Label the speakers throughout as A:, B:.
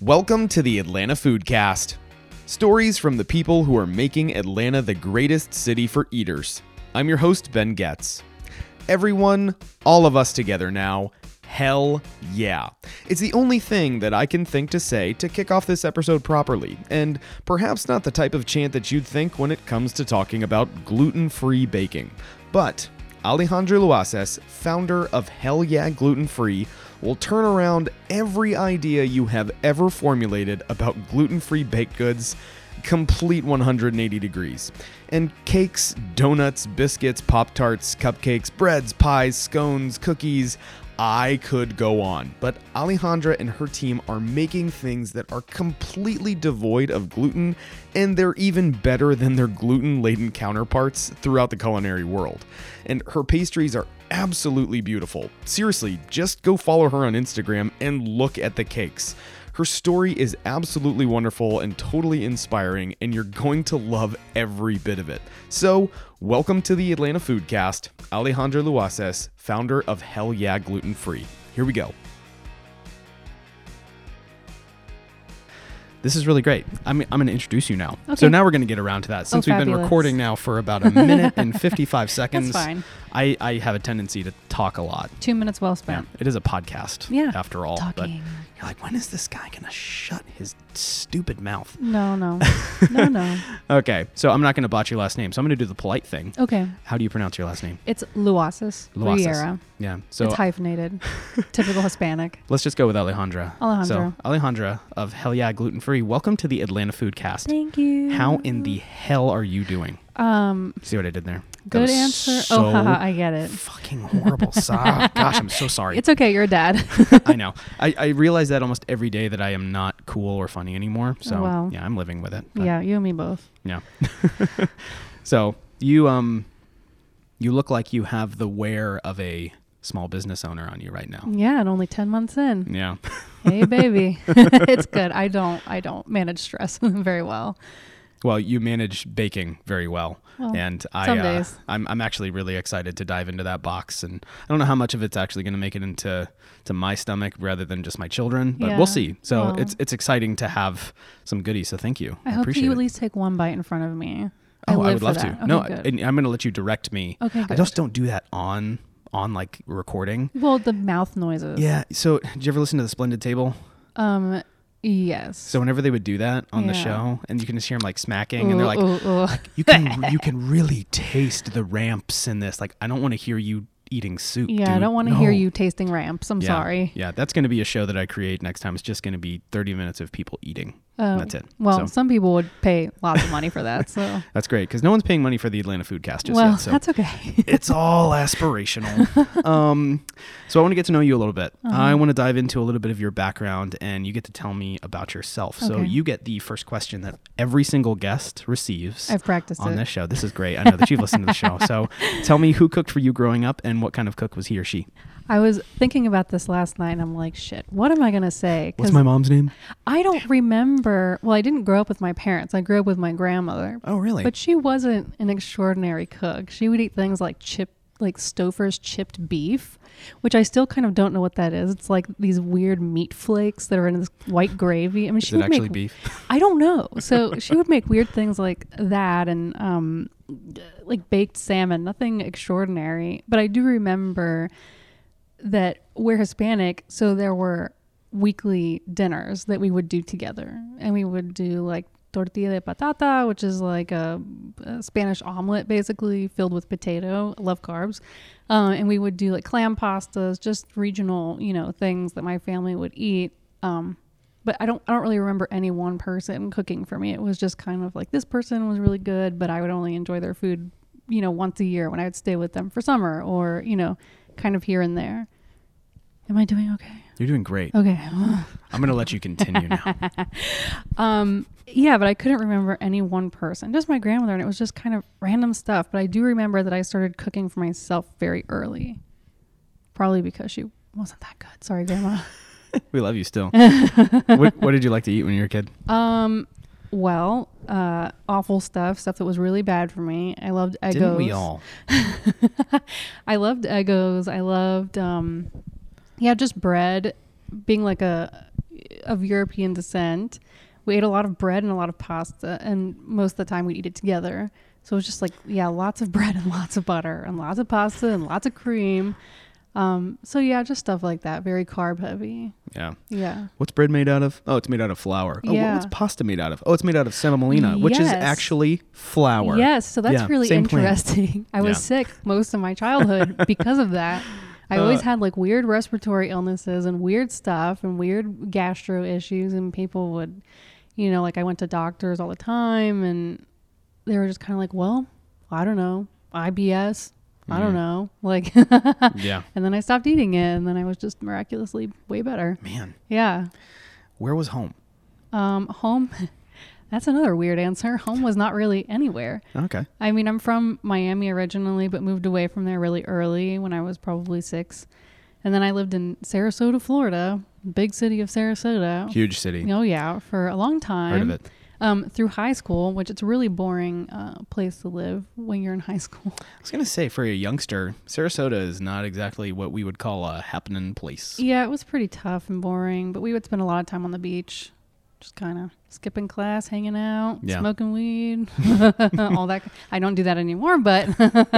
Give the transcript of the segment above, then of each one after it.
A: Welcome to the Atlanta Foodcast. Stories from the people who are making Atlanta the greatest city for eaters. I'm your host, Ben Getz. Everyone, all of us together now, hell yeah. It's the only thing that I can think to say to kick off this episode properly, and perhaps not the type of chant that you'd think when it comes to talking about gluten free baking. But Alejandro Luaces, founder of Hell Yeah Gluten Free, will turn around every idea you have ever formulated about gluten free baked goods complete 180 degrees. And cakes, donuts, biscuits, Pop Tarts, cupcakes, breads, pies, scones, cookies. I could go on, but Alejandra and her team are making things that are completely devoid of gluten, and they're even better than their gluten laden counterparts throughout the culinary world. And her pastries are absolutely beautiful. Seriously, just go follow her on Instagram and look at the cakes. Her story is absolutely wonderful and totally inspiring, and you're going to love every bit of it. So, welcome to the Atlanta Foodcast, Alejandro Luaces, founder of Hell Yeah Gluten Free. Here we go. This is really great. I'm, I'm going to introduce you now. So
B: Okay.
A: now we're going to get around to that. Since we've been
B: fabulous.
A: recording now for about a minute and 55 seconds,
B: fine.
A: I, I have a tendency to talk a lot.
B: Two minutes well spent.
A: It is a podcast,
B: Yeah.
A: after all. But
B: Talking.
A: you're like, when is this guy gonna shut his stupid mouth?
B: No, no. no, no.
A: Okay, so I'm not gonna botch your last name, so I'm gonna do the polite thing.
B: Okay.
A: How do you pronounce your last name?
B: It's Luasis.
A: Luaces.
B: Riera.
A: Yeah. So
B: it's hyphenated. Typical Hispanic.
A: let's just go with Alejandra. So
B: Alejandra.
A: Alejandra of Hell Yeah Gluten Free, welcome to the Atlanta Foodcast.
B: Thank you.
A: How in the hell are you doing?
B: Um,
A: See what I did there? That
B: good
A: was
B: answer.
A: So
B: oh, haha, I get it.
A: fucking horrible. Sigh. Gosh, I'm so sorry.
B: It's okay. You're a dad.
A: I know. I, I realize that almost every day that I am not cool or funny anymore. So
B: Oh, wow.
A: yeah, I'm living with it. but-
B: yeah, you and me both.
A: Yeah. so you um you look like you have the wear of a small business owner on you right now.
B: Yeah, and only 10 months in.
A: Yeah.
B: hey, baby. it's good. I don't, I don't manage stress very well.
A: Well, you manage baking very well,
B: Well,
A: and I,
B: Oh, some
A: uh,
B: days.
A: I'm I'm actually really excited to dive into that box, and I don't know how much of it's actually going to make it into to my stomach rather than just my children, but
B: Yeah.
A: we'll see. So
B: Well.
A: it's it's exciting to have some goodies. So thank you.
B: I,
A: I,
B: hope that
A: appreciate
B: you
A: it.
B: at least take one bite in front of me.
A: Oh, I,
B: live
A: would
B: for
A: love
B: that.
A: to.
B: Okay,
A: no,
B: good.
A: and I'm going to let you direct me.
B: Okay,
A: I
B: good.
A: just don't do that on on like recording.
B: well, the mouth noises.
A: Yeah. So, did you ever listen to the Splendid Table?
B: Um, yes.
A: So, whenever they would do that on the
B: Yeah.
A: show, and you can just hear them like smacking, and they're
B: Ooh,
A: like,
B: ooh, ooh.
A: "You can, you can really taste the ramps in this." Like, I don't want to hear you eating soup.
B: Yeah, I
A: dude.
B: don't want to hear
A: No.
B: you tasting ramps. I'm
A: Yeah.
B: sorry.
A: Yeah, that's going to be a show that I create next time. It's just going to be 30 minutes of people eating.
B: Uh,
A: that's it.
B: Well,
A: So-
B: some people would pay lots of money for that. So,
A: That's great because no one's paying money for the Atlanta Foodcast just
B: well,
A: yet. So
B: that's okay.
A: it's all aspirational. um, so I want to get to know you a little bit. I
B: Uh-huh.
A: want to dive into a little bit of your background, and you get to tell me about yourself. So
B: Okay.
A: you get the first question that every single guest receives
B: I've practiced
A: on
B: it.
A: this show. This is great. I know that you've listened to the show. So tell me who cooked for you growing up, and what kind of cook was he or she?
B: I was thinking about this last night, and I'm like, shit. What am I gonna say?
A: What's my mom's name?
B: I don't remember. Well, I didn't grow up with my parents. I grew up with my grandmother,
A: Oh, really?
B: but she wasn't an extraordinary cook. She would eat things like chip, like Stouffer's chipped beef, which I still kind of don't know what that is. It's like these weird meat flakes that are in this white gravy. I mean,
A: is
B: she
A: it
B: would
A: actually
B: make
A: beef?
B: I don't know. So she would make weird things like that and um, like baked salmon, nothing extraordinary. But I do remember that we're Hispanic, so there were weekly dinners that we would do together. And we would do like tortilla de patata, which is like a, a Spanish omelet basically filled with potato. I love carbs. Uh, and we would do like clam pastas, just regional, you know, things that my family would eat. Um, but I don't I don't really remember any one person cooking for me. It was just kind of like this person was really good, but I would only enjoy their food, you know, once a year when I would stay with them for summer or, you know, kind of here and there. Am I doing okay?
A: You're doing great.
B: Okay.
A: I'm going to let you continue now.
B: Um, yeah, but I couldn't remember any one person, just my grandmother, and it was just kind of random stuff. But I do remember that I started cooking for myself very early, probably because she wasn't that good. Sorry, grandma.
A: we love you still. what, what did you like to eat when you were a kid?
B: Um, well, uh, awful stuff, stuff that was really bad for me. I loved Eggos.
A: Didn't we all?
B: I loved Eggos. I loved, um, yeah, just bread. Being like a of European descent. We ate a lot of bread and a lot of pasta, and most of the time we'd eat it together. So it was just like, yeah, lots of bread and lots of butter and lots of pasta and lots of cream. Um, so yeah, just stuff like that. Very carb heavy.
A: Yeah.
B: Yeah.
A: What's bread made out of? Oh, it's made out of flour. Oh,
B: Yeah.
A: what's pasta made out of? Oh, it's made out of semolina, which is
B: Yes.
A: actually flour.
B: Yes, so that's
A: Yeah,
B: really
A: same plan.
B: interesting. I was
A: Yeah.
B: sick most of my childhood because of that. I always
A: Uh,
B: had like weird respiratory illnesses and weird stuff and weird gastro issues and people would you know like I went to doctors all the time and they were just kind of like, "Well, I don't know. IBS. I
A: Mm.
B: don't know." Like and
A: Yeah.
B: then I stopped eating it and then I was just miraculously way better.
A: Man,
B: Yeah.
A: where was home?
B: Um home That's another weird answer. Home was not really anywhere.
A: Okay.
B: I mean, I'm from Miami originally, but moved away from there really early when I was probably six. And then I lived in Sarasota, Florida, big city of Sarasota.
A: Huge city.
B: Oh, yeah, for a long time.
A: Heard of it.
B: Um, through high school, which it's a really boring uh, place to live when you're in high school.
A: I was going to say, for a youngster, Sarasota is not exactly what we would call a happening place.
B: yeah, it was pretty tough and boring, but we would spend a lot of time on the beach, just kind of skipping class, hanging out,
A: Yeah.
B: smoking weed, all that. I don't do that anymore, but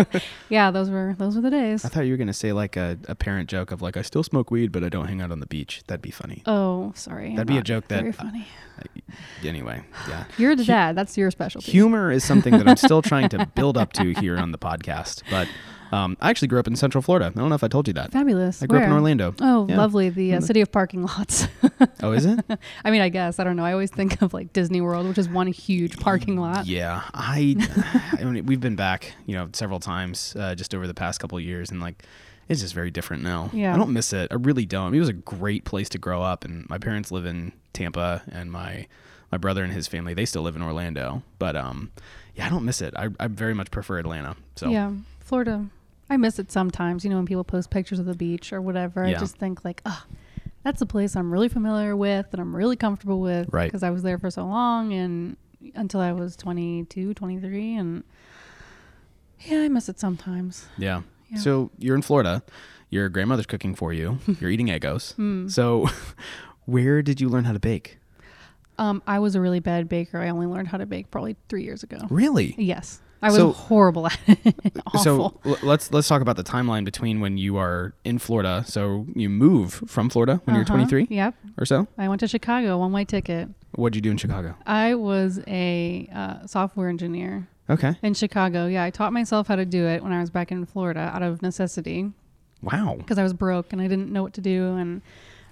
B: yeah, those were those were the days.
A: I thought you were going to say like a, a parent joke of like, I still smoke weed, but I don't hang out on the beach. That'd be funny.
B: Oh, sorry. I'm
A: That'd be a
B: not
A: joke that-
B: very funny.
A: Anyway, yeah.
B: You're the dad. That's your specialty.
A: Humor is something that I'm still trying to build up to here on the podcast. But um, I actually grew up in Central Florida. I don't know if I told you that.
B: Fabulous.
A: I grew up in
B: Where?
A: Orlando.
B: Oh,
A: Yeah.
B: lovely. The uh,
A: Mm.
B: city of parking lots.
A: Oh, is it?
B: I mean, I guess I don't know. I always think of like Disney World, which is one huge parking lot.
A: Mm, Yeah, I, I mean, we've been back, you know, several times uh, just over the past couple of years, and like, it's just very different now.
B: Yeah.
A: I don't miss it. I really don't. It was a great place to grow up, and my parents live in Tampa, and my my brother and his family they still live in Orlando, but um, yeah, I don't miss it. I, I very much prefer Atlanta. So
B: Yeah, Florida. I miss it sometimes. You know, when people post pictures of the beach or whatever,
A: Yeah.
B: I just think like, oh, that's a place I'm really familiar with and I'm really comfortable with
A: Right.
B: because I was there for so long and until I was 22, 23 and yeah, I miss it sometimes.
A: yeah.
B: Yeah.
A: So you're in Florida. Your grandmother's cooking for you. You're eating egos.
B: Hmm.
A: So, where did you learn how to bake?
B: Um, I was a really bad baker. I only learned how to bake probably three years ago.
A: Really?
B: Yes, I was
A: So-
B: horrible at it. Awful.
A: So l- let's let's talk about the timeline between when you are in Florida. So you move from Florida when you're
B: Uh-huh.
A: 23
B: Yep,
A: or so.
B: I went to Chicago, one way ticket.
A: What'd you do in Chicago?
B: I was a uh, software engineer
A: Okay.
B: in Chicago. Yeah, I taught myself how to do it when I was back in Florida out of necessity
A: Wow.
B: because I was broke and I didn't know what to do and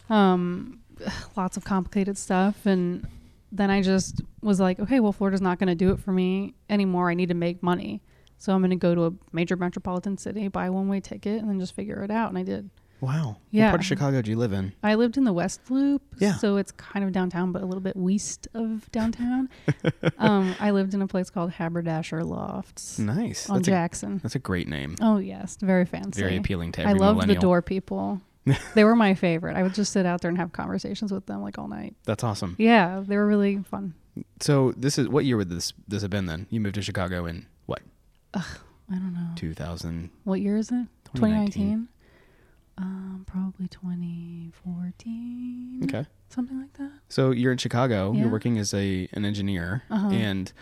B: um, lots of complicated stuff. And then I just was like, okay, well, Florida's not going to do it for me anymore. I need to make money. So I'm going to go to a major metropolitan city, buy a one way ticket, and then just figure it out. And I did.
A: Wow.
B: Yeah.
A: What part of Chicago do you live in?
B: I lived in the West Loop,
A: Yeah.
B: so it's kind of downtown, but a little bit west of downtown. um, I lived in a place called Haberdasher Lofts
A: Nice.
B: on
A: Hmm. That's a,
B: Jackson.
A: that's a great name.
B: Oh yes, very fancy.
A: Very appealing to
B: I
A: every
B: loved
A: millennial.
B: the door people. they were my favorite. I would just sit out there and have conversations with them like all night.
A: That's awesome.
B: Yeah, they were really fun.
A: So this is what year would this this have been then? You moved to Chicago in what?
B: I don't know
A: 2000.
B: what year is it.
A: 2019.
B: 2019. Um, probably 2014.
A: Okay.
B: something like that.
A: So you're in Chicago.
B: Mm. Yeah.
A: You're working as a an engineer,
B: Uh-huh.
A: and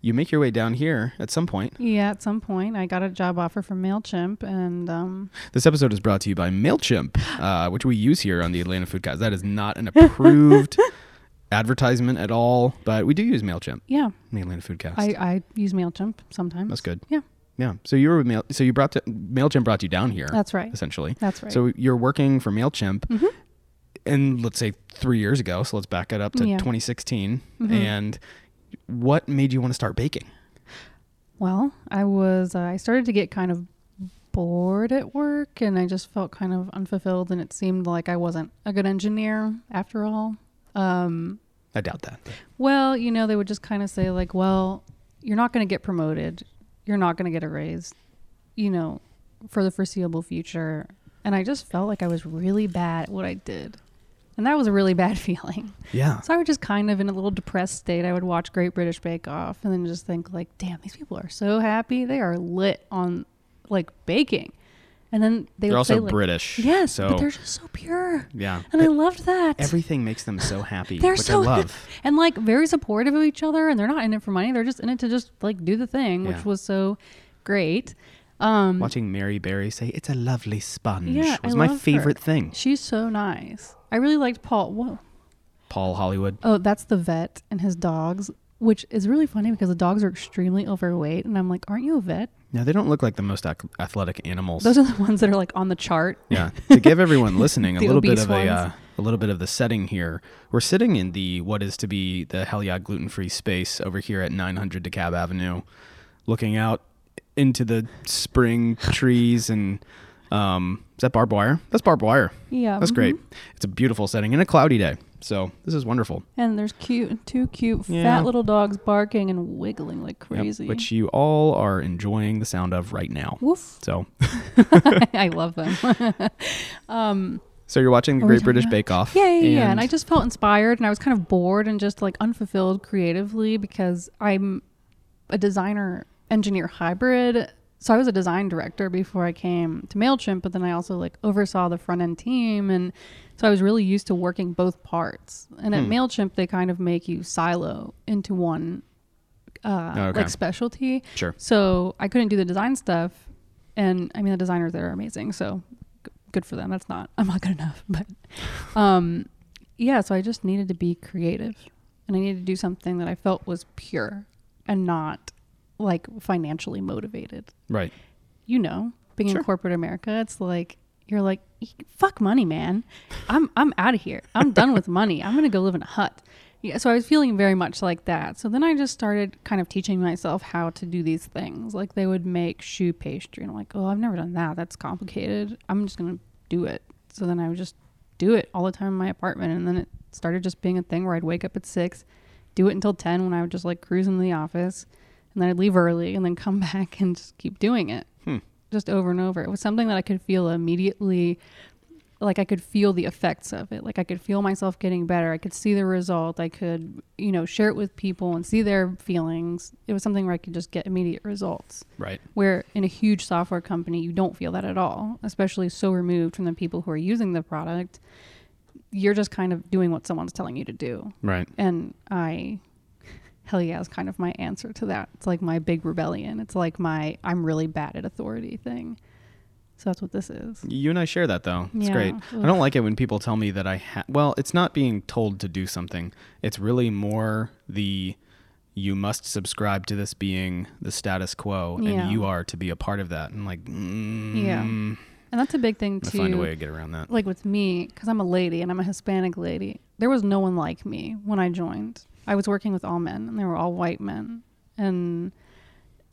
A: you make your way down here at some point.
B: Yeah, at some point I got a job offer from Mailchimp, and um,
A: This episode is brought to you by MailChimp, uh, which we use here on the Atlanta Foodcast. That is not an approved advertisement at all, but we do use MailChimp
B: yeah,
A: in the Atlanta Foodcast.
B: I, I use Mailchimp sometimes.
A: That's good.
B: Yeah,
A: yeah. So you were with Mail so you brought to, MailChimp brought you down here
B: that's right.
A: essentially.
B: That's right. Mm-hmm.
A: So you're working for MailChimp and let's say 3 years ago, so let's back it up to
B: Yeah.
A: 2016
B: Mm-hmm.
A: and what made you want to start baking?
B: Well, I was uh, I started to get kind of bored at work and I just felt kind of unfulfilled and it seemed like I wasn't a good engineer after all. Um,
A: I doubt that.
B: well, you know, they would just kind of say like, well, you're not going to get promoted. You're not going to get a raise, you know, for the foreseeable future. And I just felt like I was really bad at what I did. And that was a really bad feeling.
A: Yeah.
B: So I was just kind of in a little depressed state. I would watch Great British Bake Off and then just think like, damn, these people are so happy. They are lit on like baking. And then they
A: They're
B: would
A: also
B: say, like-
A: British.
B: Yes,
A: So
B: but they're just so pure.
A: yeah.
B: And I loved that.
A: Everything makes them so happy,
B: they're
A: which
B: so
A: I love.
B: and like very supportive of each other and they're not in it for money. They're just in it to just like do the thing,
A: Yeah.
B: which was so great. Um
A: Watching Mary Berry say "It's a lovely sponge"
B: yeah,
A: was
B: I
A: my
B: love her.
A: favorite thing.
B: She's so nice. I really liked Paul. Whoa.
A: Paul Hollywood.
B: Oh, that's the vet and his dogs, which is really funny because the dogs are extremely overweight. And I'm like, aren't you a vet?
A: Now they don't look like the most ac- athletic animals.
B: Those are the ones that are like on the chart.
A: yeah. to give everyone listening a
B: The
A: little bit
B: obese
A: of
B: ones.
A: a uh, a little bit of the setting here, we're sitting in the what is to be the Hell Yeah gluten free space over here at 900 DeKalb Avenue, looking out into the spring trees and um, is that barbed wire? That's barbed wire.
B: Yeah.
A: That's great. It's a beautiful setting and a cloudy day, so this is wonderful.
B: Mm-hmm. And there's cute, two cute,
A: Yeah.
B: fat little dogs barking and wiggling like
A: Yep,
B: crazy.
A: which you all are enjoying the sound of right now.
B: Woof.
A: So,
B: I love them.
A: so you're watching the
B: Are Oh, we
A: Great
B: talking
A: British
B: about-
A: Bake Off.
B: Yeah, yeah, yeah. And I just felt inspired and I was kind of bored and just like unfulfilled creatively because I'm a designer engineer hybrid. So I was a design director before I came to MailChimp, but then I also like oversaw the front end team. And so I was really used to working both parts. And at MailChimp, they kind of make you silo into one uh,
A: Okay.
B: like specialty.
A: sure.
B: So I couldn't do the design stuff, and I mean the designers there are amazing. So g- good for them. That's not I'm not good enough, but um, yeah. So I just needed to be creative, and I needed to do something that I felt was pure and not like financially motivated.
A: Right.
B: You know, being
A: Sure.
B: in corporate America, it's like you're like "E, fuck money, man. I'm I'm out of here. I'm done with money. I'm gonna go live in a hut. Yeah, so I was feeling very much like that. So then I just started kind of teaching myself how to do these things. Like they would make shoe pastry, and I'm like, oh, I've never done that. That's complicated. I'm just gonna do it. So then I would just do it all the time in my apartment, and then it started just being a thing where I'd wake up at six, do it until ten when I would just like cruise into the office, and then I'd leave early, and then come back and just keep doing it,
A: Hmm.
B: just over and over. It was something that I could feel immediately like I could feel the effects of it. Like I could feel myself getting better. I could see the result. I could, you know, share it with people and see their feelings. It was something where I could just get immediate results.
A: Right.
B: Where in a huge software company, you don't feel that at all, especially so removed from the people who are using the product. You're just kind of doing what someone's telling you to do.
A: Right.
B: And I, hell yeah, is kind of my answer to that. It's like my big rebellion. It's like my I'm really bad at authority thing. So that's what this is.
A: You and I share that though. It's
B: Yeah.
A: great. I don't like it when people tell me that I ha- well, it's not being told to do something. It's really more the you must subscribe to this being the status quo
B: Yeah.
A: and you are to be a part of that. And like mm,
B: Yeah.
A: I'm
B: And that's a big thing
A: gonna
B: too.
A: find a way to get around that.
B: Like with me, because I'm a lady and I'm a Hispanic lady, there was no one like me when I joined. I was working with all men, and they were all white men, and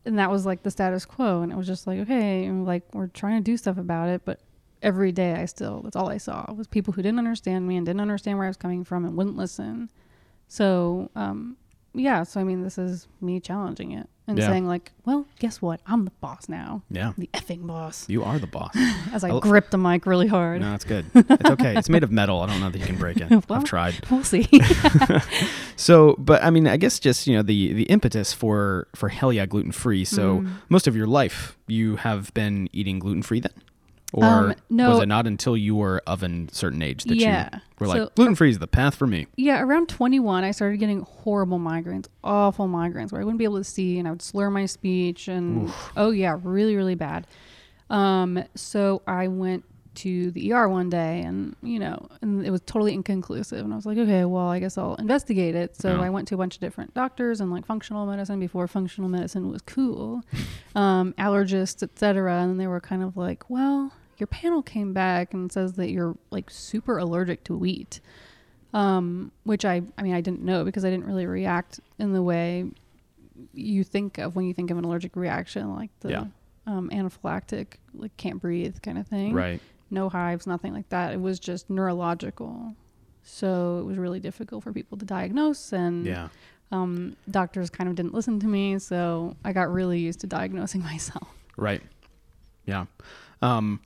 B: and that was like the status quo. And it was just like, okay, and like we're trying to do stuff about it, but every day I still that's all I saw was people who didn't understand me and didn't understand where I was coming from and wouldn't listen. So um, yeah, so I mean, this is me challenging it and
A: Yeah.
B: saying like, well, guess what? I'm the boss now,
A: Yeah.
B: the effing boss.
A: You are the boss.
B: As I
A: I'll-
B: gripped the mic really hard.
A: no, it's good. It's okay. It's made of metal. I don't know that you can break it.
B: Well.
A: I've tried.
B: We'll see.
A: So, but I mean, I guess just you know the the impetus for for hell yeah gluten free. So
B: Mm.
A: most of your life you have been eating gluten free then, or
B: Um, no.
A: was it not until you were of a certain age that
B: Yeah.
A: you were
B: So-
A: like gluten free is the path for me?
B: yeah, around 21, I started getting horrible migraines, awful migraines where I wouldn't be able to see and I would slur my speech. And oh, yeah, really, really bad. Um, so I went to the ER one day and, you know, and it was totally inconclusive. And I was like, okay, well, I guess I'll investigate it. So
A: Yeah.
B: I went to a bunch of different doctors and like functional medicine before functional medicine was cool, um, allergists, etc. And they were kind of like, well, your panel came back and says that you're like super allergic to wheat um, which I, I mean, I didn't know because I didn't really react in the way you think of when you think of an allergic reaction, like the
A: Yeah.
B: um, anaphylactic, like can't breathe kind of thing.
A: Right.
B: No hives, nothing like that. It was just neurological. So it was really difficult for people to diagnose, and
A: Yeah.
B: um, doctors kind of didn't listen to me. So I got really used to diagnosing myself.
A: Right. Yeah. Um,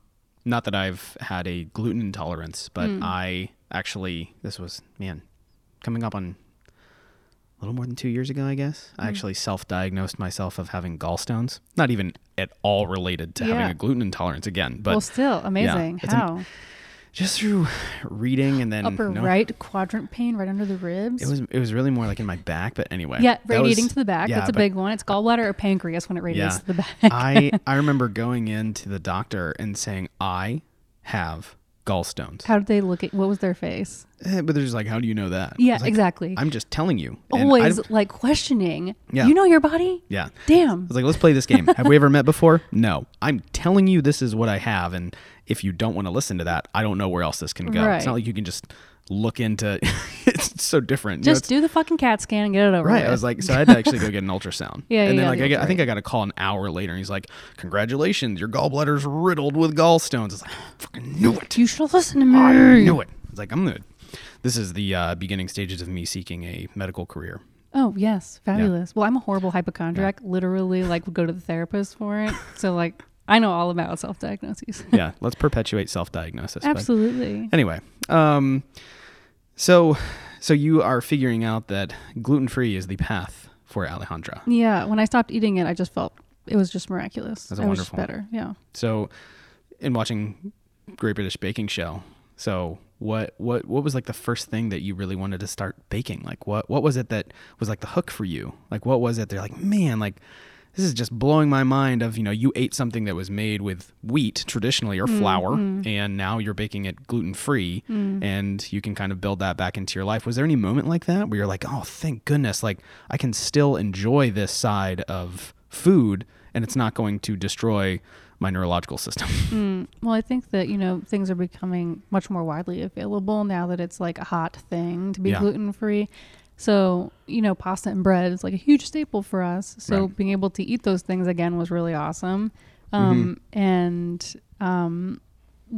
A: not that I've had a gluten
B: Hmm.
A: intolerance, but I actually this was man coming up on a little more than two years ago, I guess.
B: Hmm.
A: I actually self diagnosed myself of having gallstones. Not even at all related to having
B: Yeah.
A: a gluten intolerance again, but
B: well, still amazing.
A: it's am-
B: How
A: just through reading and then
B: upper
A: no-
B: right quadrant pain right under the ribs.
A: It was it was really more like in my back, but anyway.
B: yeah,
A: that
B: radiating
A: was-
B: to the back.
A: yeah,
B: That's a
A: but
B: big one. It's gallbladder or pancreas when it radiates
A: Yeah.
B: to the back.
A: I I remember going into the doctor and saying I have gallstones.
B: How did they look at? What was their face?
A: Eh, But they're just like, how do you know that? I
B: Yeah,
A: was like,
B: exactly.
A: I'm just telling you. And I-
B: Always like questioning.
A: Yeah.
B: You know your body.
A: yeah. I
B: Damn.
A: was like, let's play this game. Have we ever met before? No. I'm telling you this is what I have. And if you don't want to listen to that, I don't know where else this can go. It's
B: Right.
A: not like you can just look into it's so different. You know,
B: Just do the fucking CAT scan and get it over
A: Right. I
B: with.
A: was like, so I had to actually go get an ultrasound.
B: Yeah,
A: And
B: you
A: then
B: got
A: like
B: the
A: I, got, I think I got a call an hour later, and he's like, "Congratulations, your gallbladder's riddled with gallstones." It's like, I fucking knew it.
B: you should listen to me.
A: I knew it. It's like I'm gonna. This is the uh, beginning stages of me seeking a medical career.
B: Oh yes, fabulous. Well, I'm a horrible hypochondriac. Literally, like would go to the therapist for it. so like, I know all about self diagnoses.
A: Yeah, let's perpetuate self-diagnosis. but-
B: Absolutely.
A: anyway, um, so so you are figuring out that gluten-free is the path for Alejandra.
B: Yeah. When I stopped eating it, I just felt it was just miraculous.
A: That's
B: I was just
A: wonderful.
B: better. Yeah.
A: So, in watching Great British Baking Show, so what what what was like the first thing that you really wanted to start baking? Like what what was it that was like the hook for you? Like what was it? They're like, man, like this is just blowing my mind. Of you know, you ate something that was made with wheat traditionally or flour, and now you're baking it gluten free, and you can kind of build that back into your life. Was there any moment like that where you're like, oh, thank goodness, like I can still enjoy this side of food, and it's not going to destroy my neurological system.
B: Mm. Well, I think that, you know, things are becoming much more widely available now that it's like a hot thing to be
A: Yeah.
B: gluten free. So, you know, pasta and bread is like a huge staple for us. So
A: Right.
B: being able to eat those things again was really awesome. Um, And um,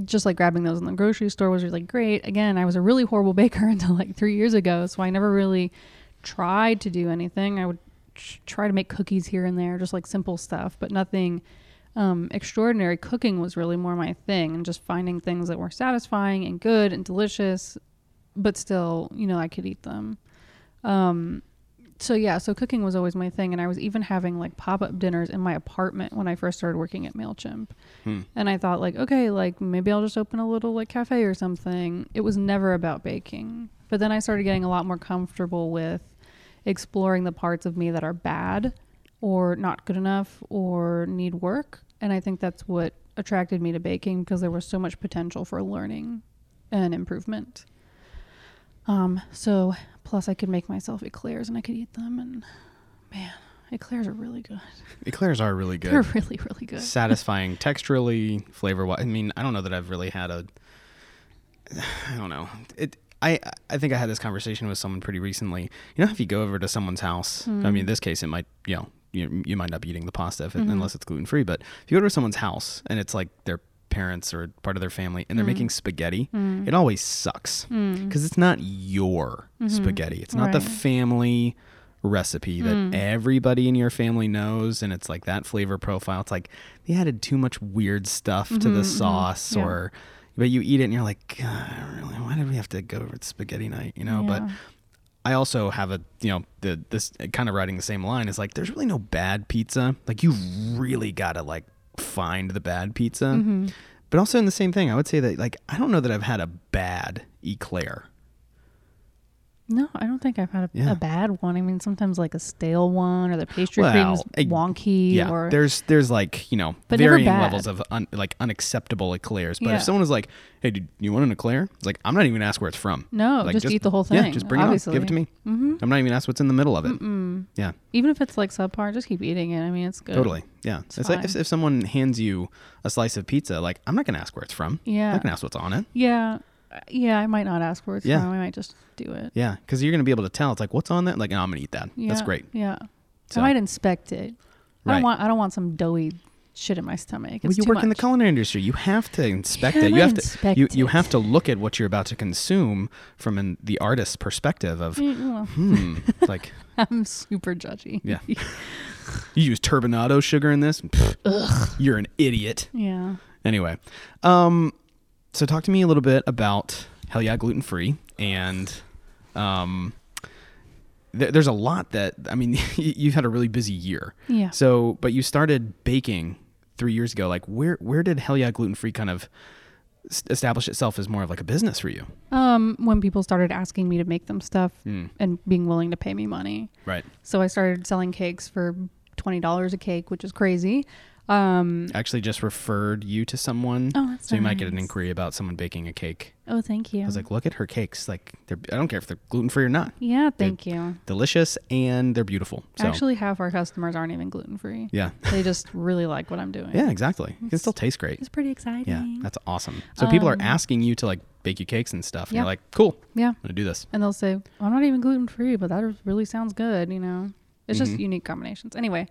B: just like grabbing those in the grocery store was really great. Again, I was a really horrible baker until like three years ago. So I never really tried to do anything. I would tr- try to make cookies here and there, just like simple stuff, but nothing um, extraordinary. Cooking was really more my thing and just finding things that were satisfying and good and delicious, but still, you know, I could eat them. Um, so yeah, so cooking was always my thing, and I was even having like pop up dinners in my apartment when I first started working at Mailchimp. And I thought like, okay, like maybe I'll just open a little like cafe or something. It was never about baking, but then I started getting a lot more comfortable with exploring the parts of me that are bad or not good enough or need work. And I think that's what attracted me to baking because there was so much potential for learning and improvement. Um, so plus I could make myself eclairs and I could eat them and man, eclairs are really good.
A: Eclairs are really good.
B: They're really, really good.
A: satisfying texturally, flavor wise. I mean, I don't know that I've really had a. I don't know. It. I. I think I had this conversation with someone pretty recently. You know, if you go over to someone's house, I mean, in this case, it might. You know, you, you might not be eating the pasta if it, unless it's gluten free. But if you go to someone's house and it's like their parents or part of their family and they're making spaghetti, it always sucks
B: Hmm.
A: because it's not your spaghetti. It's not the
B: Mm-hmm. Right. Mm.
A: family recipe that everybody in your family knows and it's like that flavor profile it's like they added too much weird stuff to the sauce
B: Mm-hmm, yeah.
A: or but you eat it and you're like God, I don't really why did we have to go over to spaghetti night you know but
B: Yeah.
A: I also have a you know the this kind of riding the same line is like there's really no bad pizza like you really gotta like find the bad pizza
B: Mm-hmm.
A: but also in the same thing I would say that like I don't know that I've had a bad eclair
B: No, I don't think I've had a,
A: Yeah.
B: a bad one. I mean, sometimes like a stale one or the pastry
A: Well,
B: cream's
A: I-
B: wonky
A: yeah
B: or
A: there's there's like you know
B: But never
A: varying
B: bad.
A: levels of un, like unacceptable eclairs but
B: Yeah.
A: if someone was like hey dude you want an eclair it's like i'm not even gonna ask where it's from
B: No,
A: like,
B: Oh, just eat the whole
A: yeah
B: thing,
A: just bring it on give it to
B: obviously. Mm-hmm. Mm,
A: me i'm not even asked what's in the middle of it yeah
B: even if it's like subpar, just keep eating it. I mean, it's good.
A: totally yeah it's, like if,
B: fine.
A: if someone hands you a slice of pizza like i'm not gonna ask where it's from i'm
B: Yeah.
A: not gonna ask what's on it
B: Yeah. Uh, Yeah, I might not ask for it.
A: Yeah.
B: Yeah. I might just do it.
A: yeah because you're gonna be able to tell it's like what's on that like no, i'm gonna eat that
B: Yeah.
A: that's great
B: Yeah.
A: So-
B: I might inspect it. I
A: Right.
B: don't want I don't want some dougey shit in my stomach. It's
A: well, you
B: too
A: work in the
B: much.
A: culinary industry. You have to inspect
B: Yeah,
A: it.
B: I
A: You have to
B: inspect
A: you, you
B: it.
A: have to look at what you're about to consume from an, the artist's perspective of
B: Mm, well,
A: hmm, like
B: I'm super judgy.
A: Yeah. you use turbinado sugar in this? Pfft, You're an idiot.
B: Yeah.
A: Anyway, um, so talk to me a little bit about Hell Yeah Gluten Free and um, there- there's a lot that I mean, you've had a really busy year.
B: Yeah.
A: So, but you started baking three years ago. Like, where where did Hell Yeah Gluten Free kind of s- establish itself as more of like a business for you?
B: Um, when people started asking me to make them stuff and being willing to pay me money.
A: Right.
B: So I started selling cakes for $20 a cake, which is crazy. Um,
A: Actually, just referred you to someone.
B: Oh, that's
A: so you
B: so
A: might get an
B: nice.
A: inquiry about someone baking a cake.
B: oh, thank you.
A: I was like, look at her cakes. Like, they're I don't care if they're gluten free or not.
B: yeah, thank you.
A: Delicious and they're beautiful. So,
B: Actually, half our customers aren't even gluten free.
A: yeah.
B: They just really like what I'm doing.
A: Yeah, exactly. It still tastes great.
B: It's pretty
A: Yeah,
B: exciting.
A: that's awesome. So people are asking you to like bake you cakes and stuff. And you're
B: yeah.
A: like, cool, I'm
B: yeah.
A: gonna do this.
B: And they'll say, I'm not even gluten free, but that really sounds good, you know? It's just unique combinations. Anyway,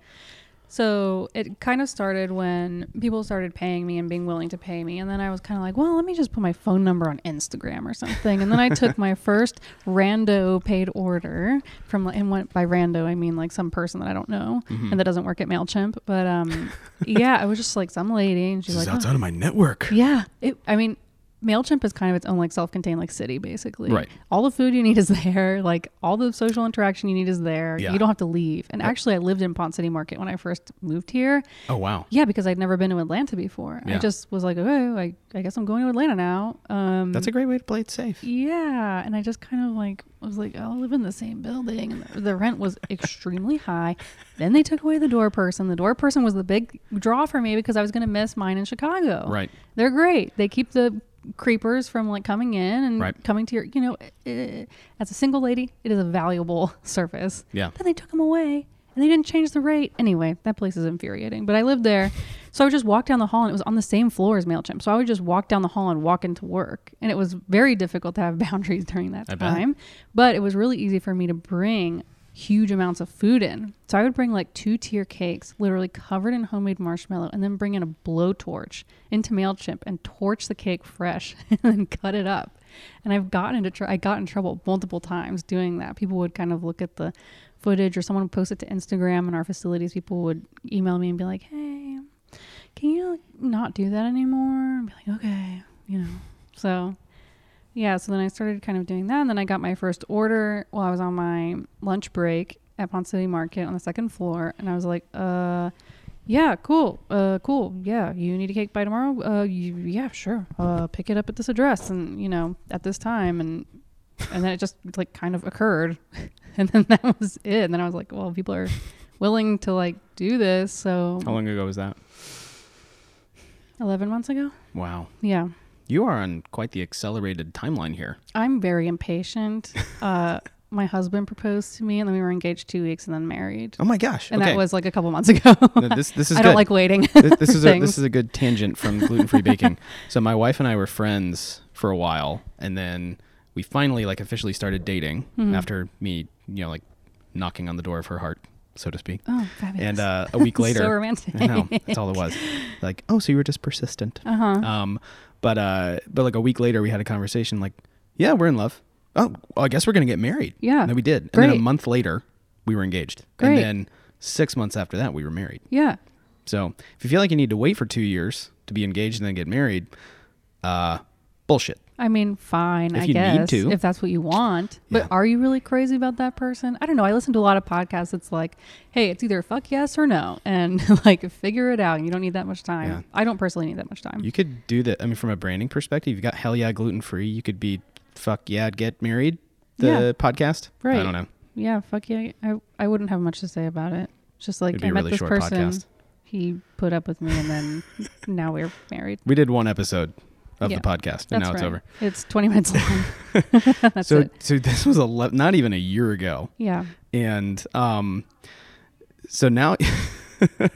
B: so it kind of started when people started paying me and being willing to pay me. And then I was kind of like, well, let me just put my phone number on Instagram or something. And then I took my first rando paid order from, and went by rando, I mean like some person that I don't know and that doesn't work at MailChimp. But um, yeah, I was just like some lady and she's like, "Oh,
A: of my network.
B: yeah. It, I mean, MailChimp is kind of its own like self-contained like city basically.
A: Right.
B: All the food you need is there. Like all the social interaction you need is there.
A: Yeah.
B: You don't have to leave. And actually I lived in Pont City Market when I first moved here.
A: Oh wow.
B: Yeah, because I'd never been to Atlanta before.
A: Yeah.
B: I just was like, oh, I, I guess I'm going to Atlanta now. Um,
A: That's a great way to play it safe.
B: yeah, and I just kind of like was like, I'll live in the same building, and the- the rent was extremely high. Then they took away the door person. The door person was the big draw for me because I was going to miss mine in Chicago.
A: Right.
B: They're great. They keep the creepers from like coming in and
A: Right.
B: coming to your, you know, eh, as a single lady, it is a valuable service.
A: Yeah.
B: Then they took them away and they didn't change the rate. Anyway, that place is infuriating. But I lived there. So I would just walk down the hall and it was on the same floor as MailChimp. So I would just walk down the hall and walk into work. And it was very difficult to have boundaries during that
A: I bet.
B: time. But it was really easy for me to bring huge amounts of food in. So I would bring like two tier cakes, literally covered in homemade marshmallow, and then bring in a blowtorch into MailChimp and torch the cake fresh and then cut it up. And I've gotten into tr- I got in trouble multiple times doing that. People would kind of look at the footage or someone would post it to Instagram and our facilities people would email me and be like, "Hey, can you like, not do that anymore?" And be like, "Okay, you know." So yeah, so then I started kind of doing that, and then I got my first order while I was on my lunch break at Pond City Market on the second floor, and I was like, "Uh, yeah, cool, uh, cool, yeah. You need a cake by tomorrow? Uh, you, yeah, sure. Uh, pick it up at this address, and you know, at this time, and and then it just like kind of occurred, and then that was it. And then I was like, well, people are willing to like do this, so
A: How long ago was that?
B: eleven months ago,
A: Wow.
B: yeah.
A: You are on quite the accelerated timeline here.
B: I'm very impatient. Uh, my husband proposed to me, and then we were engaged two weeks, and then married.
A: Oh my gosh.
B: And
A: okay.
B: that was like a couple months ago.
A: Th- this this is
B: I
A: good.
B: don't like waiting.
A: this, this is a,
B: things.
A: this is a good tangent from gluten free baking. So my wife and I were friends for a while, and then we finally like officially started dating
B: Mm-hmm.
A: after me, you know, like knocking on the door of her heart, so to speak.
B: oh, fabulous.
A: And uh, a week
B: So
A: later,
B: romantic.
A: I know that's all it was. Like, oh, so you were just persistent. Uh-huh. Um, but uh, but like a week later, we had a conversation. Like, yeah, we're in love. Oh, well, I guess we're gonna get married.
B: Yeah.
A: and then we did. And then
B: Great.
A: a month later, we were engaged.
B: Great.
A: And then six months after that, we were married.
B: yeah.
A: So if you feel like you need to wait for two years to be engaged and then get married, uh, bullshit.
B: I mean, fine,
A: If
B: I
A: you need
B: guess,
A: to.
B: if that's what you want. But
A: Yeah.
B: are you really crazy about that person? I don't know. I listen to a lot of podcasts. It's like, hey, it's either fuck yes or no. And like, figure it out. And you don't need that much time.
A: Yeah.
B: I don't personally need that much time.
A: You could do that. I mean, from a branding perspective, you got hell yeah gluten free. You could be fuck yeah get married. The
B: Yeah.
A: podcast.
B: Right.
A: I don't know.
B: yeah, fuck yeah. I, I wouldn't have much to say about it. It's Just like,
A: It'd be
B: I
A: a
B: met
A: really
B: this
A: short
B: person.
A: podcast.
B: He put up with me, and then now we're married.
A: We did one episode of
B: Yeah.
A: the podcast, and
B: That's
A: now it's
B: right.
A: over.
B: It's 20 minutes long. That's
A: so,
B: it.
A: so this was a le- not even a year ago,
B: Yeah.
A: and um, so now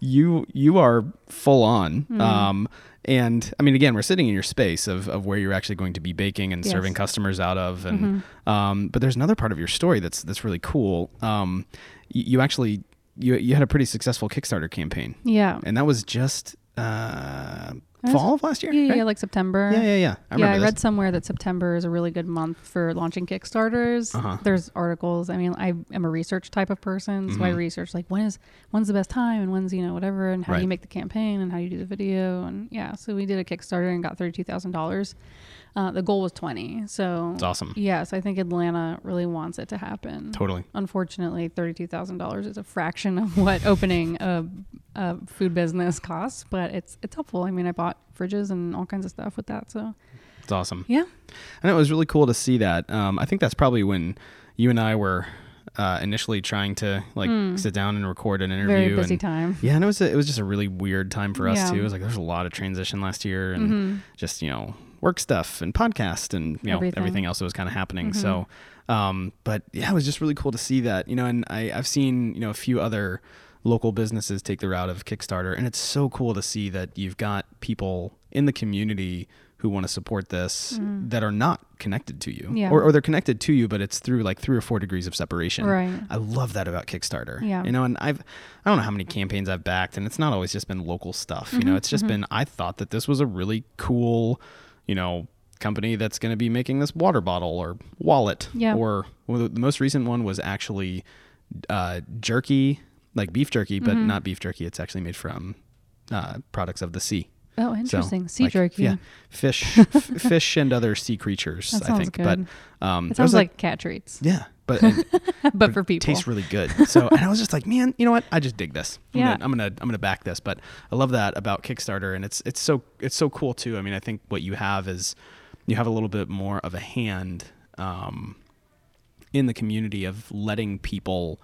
A: you you are full on.
B: Hmm.
A: Um, and I mean, again, we're sitting in your space of, of where you're actually going to be baking and
B: Yes. Mm-hmm.
A: serving customers out of, and um, but there's another part of your story that's that's really cool. Um, you, you actually you you had a pretty successful Kickstarter campaign,
B: Yeah.
A: and that was just uh,
B: I was-
A: fall of last year.
B: Yeah, yeah,
A: right?
B: yeah, like September.
A: yeah, yeah, yeah. I
B: yeah,
A: remember
B: I
A: this.
B: read somewhere that September is a really good month for launching Kickstarters.
A: Uh-huh.
B: There's articles. I mean, I am a research type of person, so I
A: Mm-hmm.
B: research like when is when's the best time and when's you know whatever and how do
A: Right.
B: you make the campaign and how do you do the video and yeah. So we did a Kickstarter and got thirty two thousand dollars. Uh, the goal was twenty. So
A: It's awesome.
B: Yeah, so I think Atlanta really wants it to happen.
A: Totally.
B: Unfortunately, thirty-two thousand dollars is a fraction of what opening a, a food business costs, but it's it's helpful. I mean, I bought fridges and all kinds of stuff with that, so
A: It's awesome.
B: yeah,
A: And it was really cool to see that. Um, I think that's probably when you and I were uh, initially trying to like sit down and record an interview.
B: Hmm. very busy
A: and,
B: time.
A: Yeah, and it was a, it was just a really weird time for us
B: Yeah. Mm-hmm.
A: too. It was like there's a lot of transition last year, and just you know work stuff and podcast and you know everything,
B: Everything. Mm-hmm.
A: else that was kind of happening. So, um, but yeah, it was just really cool to see that. You know, and I I've seen you know a few other local businesses take the route of Kickstarter, and it's so cool to see that you've got people in the community who want to support this that are not connected to you
B: Mm. Yeah.
A: or, or they're connected to you but it's through like three or four degrees of separation
B: Right.
A: i love that about kickstarter
B: Yeah.
A: you know and i've i don't know how many campaigns i've backed and it's not always just been local stuff you
B: Mm-hmm,
A: know it's just been i thought that this was a really cool you know company that's going to be making this water bottle or wallet
B: Yeah.
A: or well, the the most recent one was actually uh, jerky like beef jerky but
B: Mm-hmm.
A: not beef jerky it's actually made from uh, products of the sea
B: Oh,
A: so,
B: interesting. sea
A: like,
B: jerky.
A: yeah, fish, f- fish, and other sea creatures.
B: That
A: I
B: sounds
A: think,
B: good.
A: but um, I
B: It sounds
A: was
B: like, cat treats,
A: yeah, but and
B: but for people.
A: tastes really good. So, and I was just like, man, you know what? I just dig this. I'm
B: Yeah.
A: gonna, I'm gonna, I'm gonna back this. But I love that about Kickstarter, and it's it's so it's so cool too. I mean, I think what you have is you have a little bit more of a hand um, in the community of letting people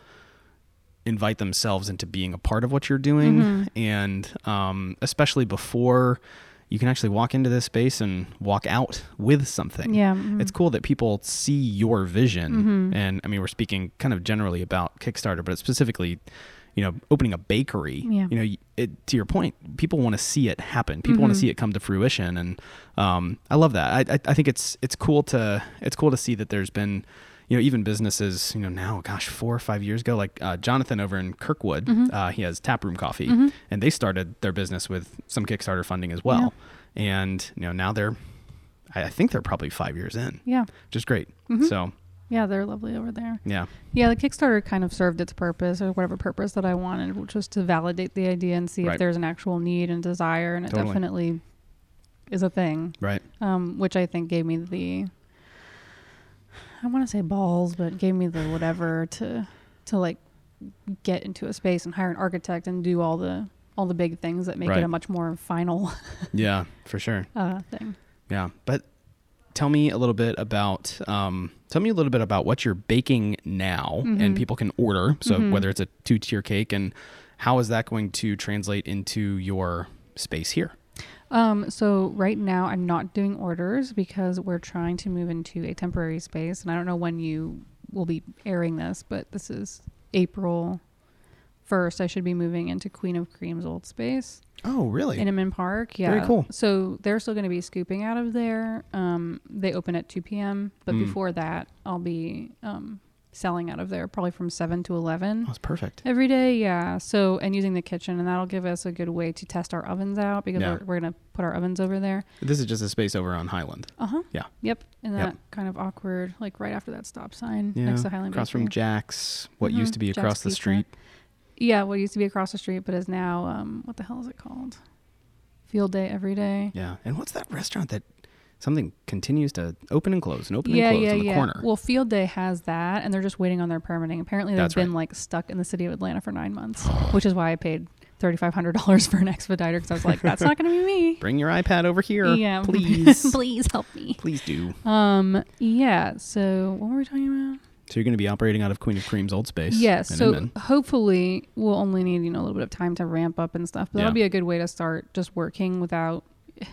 A: invite themselves into being a part of what you're doing
B: Mm-hmm.
A: and um, especially before you can actually walk into this space and walk out with something
B: Yeah, mhm.
A: it's cool that people see your vision and i mean we're speaking kind of generally about kickstarter but specifically you know opening a bakery
B: Yeah.
A: you know y- it, to your point people want to see it happen people want to see it come to fruition and um, i love that I, I, I think it's it's cool to it's cool to see that there's been you know, even businesses, you know, now, gosh, four or five years ago, like uh, Jonathan over in Kirkwood, uh, he has Taproom
B: mm-hmm.
A: Coffee, and they started their business with some Kickstarter funding as well. And you know, now they're, I, I think they're probably five years in,
B: yeah, mm-hmm.
A: which is great. So
B: yeah, they're lovely over there.
A: yeah,
B: Yeah, the Kickstarter kind of served its purpose or whatever purpose that I wanted, which was to validate the idea and see
A: Right.
B: if there's an actual need and desire, and it
A: Totally.
B: definitely is a thing.
A: right,
B: um, which I think gave me the I want to say balls, but gave me the whatever to to like get into a space and hire an architect and do all the all the big things that make
A: Right.
B: it a much more final
A: yeah, for sure,
B: uh, thing.
A: yeah. But tell me a little bit about, um, tell me a little bit about what you're baking now,
B: Mm-hmm.
A: and people can order. So whether it's a two tier cake, and how is that going to translate into your space here?
B: Um, so right now I'm not doing orders because we're trying to move into a temporary space, and I don't know when you will be airing this, but this is April first. I should be moving into Queen of Cream's old space.
A: Oh, really?
B: In Inman Park, yeah.
A: Very cool.
B: So they're still going to be scooping out of there. Um, they open at 2 p.m., but
A: Mm.
B: before that, I'll be um, selling out of there probably from 7 to 11
A: That's Oh, perfect.
B: every day, yeah. So, and using the kitchen, and that'll give us a good way to test our ovens out because
A: Yeah.
B: we're, we're going to put our ovens over there.
A: This is just a space over on Highland.
B: Uh huh.
A: Yeah.
B: Yep. And
A: Yep.
B: that kind of awkward, like right after that stop sign
A: Yeah.
B: next to Highland
A: across
B: Bakery.
A: from Jack's, what
B: Mhm.
A: used to be
B: Jack's
A: across the
B: Pizza.
A: street.
B: yeah, what used to be across the street, but is now, um, what the hell is it called? Field Day Every Day.
A: Yeah. And what's that restaurant that something continues to open and close and open and close on the corner?
B: Well, Field Day has that, and they're just waiting on their permitting. Apparently, they've
A: That's
B: been
A: right.
B: like stuck in the city of Atlanta for nine months, which is why I paid thirty five hundred dollars for an expediter because I was like, that's not going to be me.
A: Bring your iPad over here,
B: Yeah.
A: please.
B: Please help me.
A: please do.
B: Um. Yeah. So what were we talking about?
A: So you're going to be operating out of Queen of Cream's old space.
B: Yeah.
A: in
B: So
A: Inman.
B: hopefully, we'll only need you know a little bit of time to ramp up and stuff. But
A: Yeah.
B: that'll be a good way to start just working without.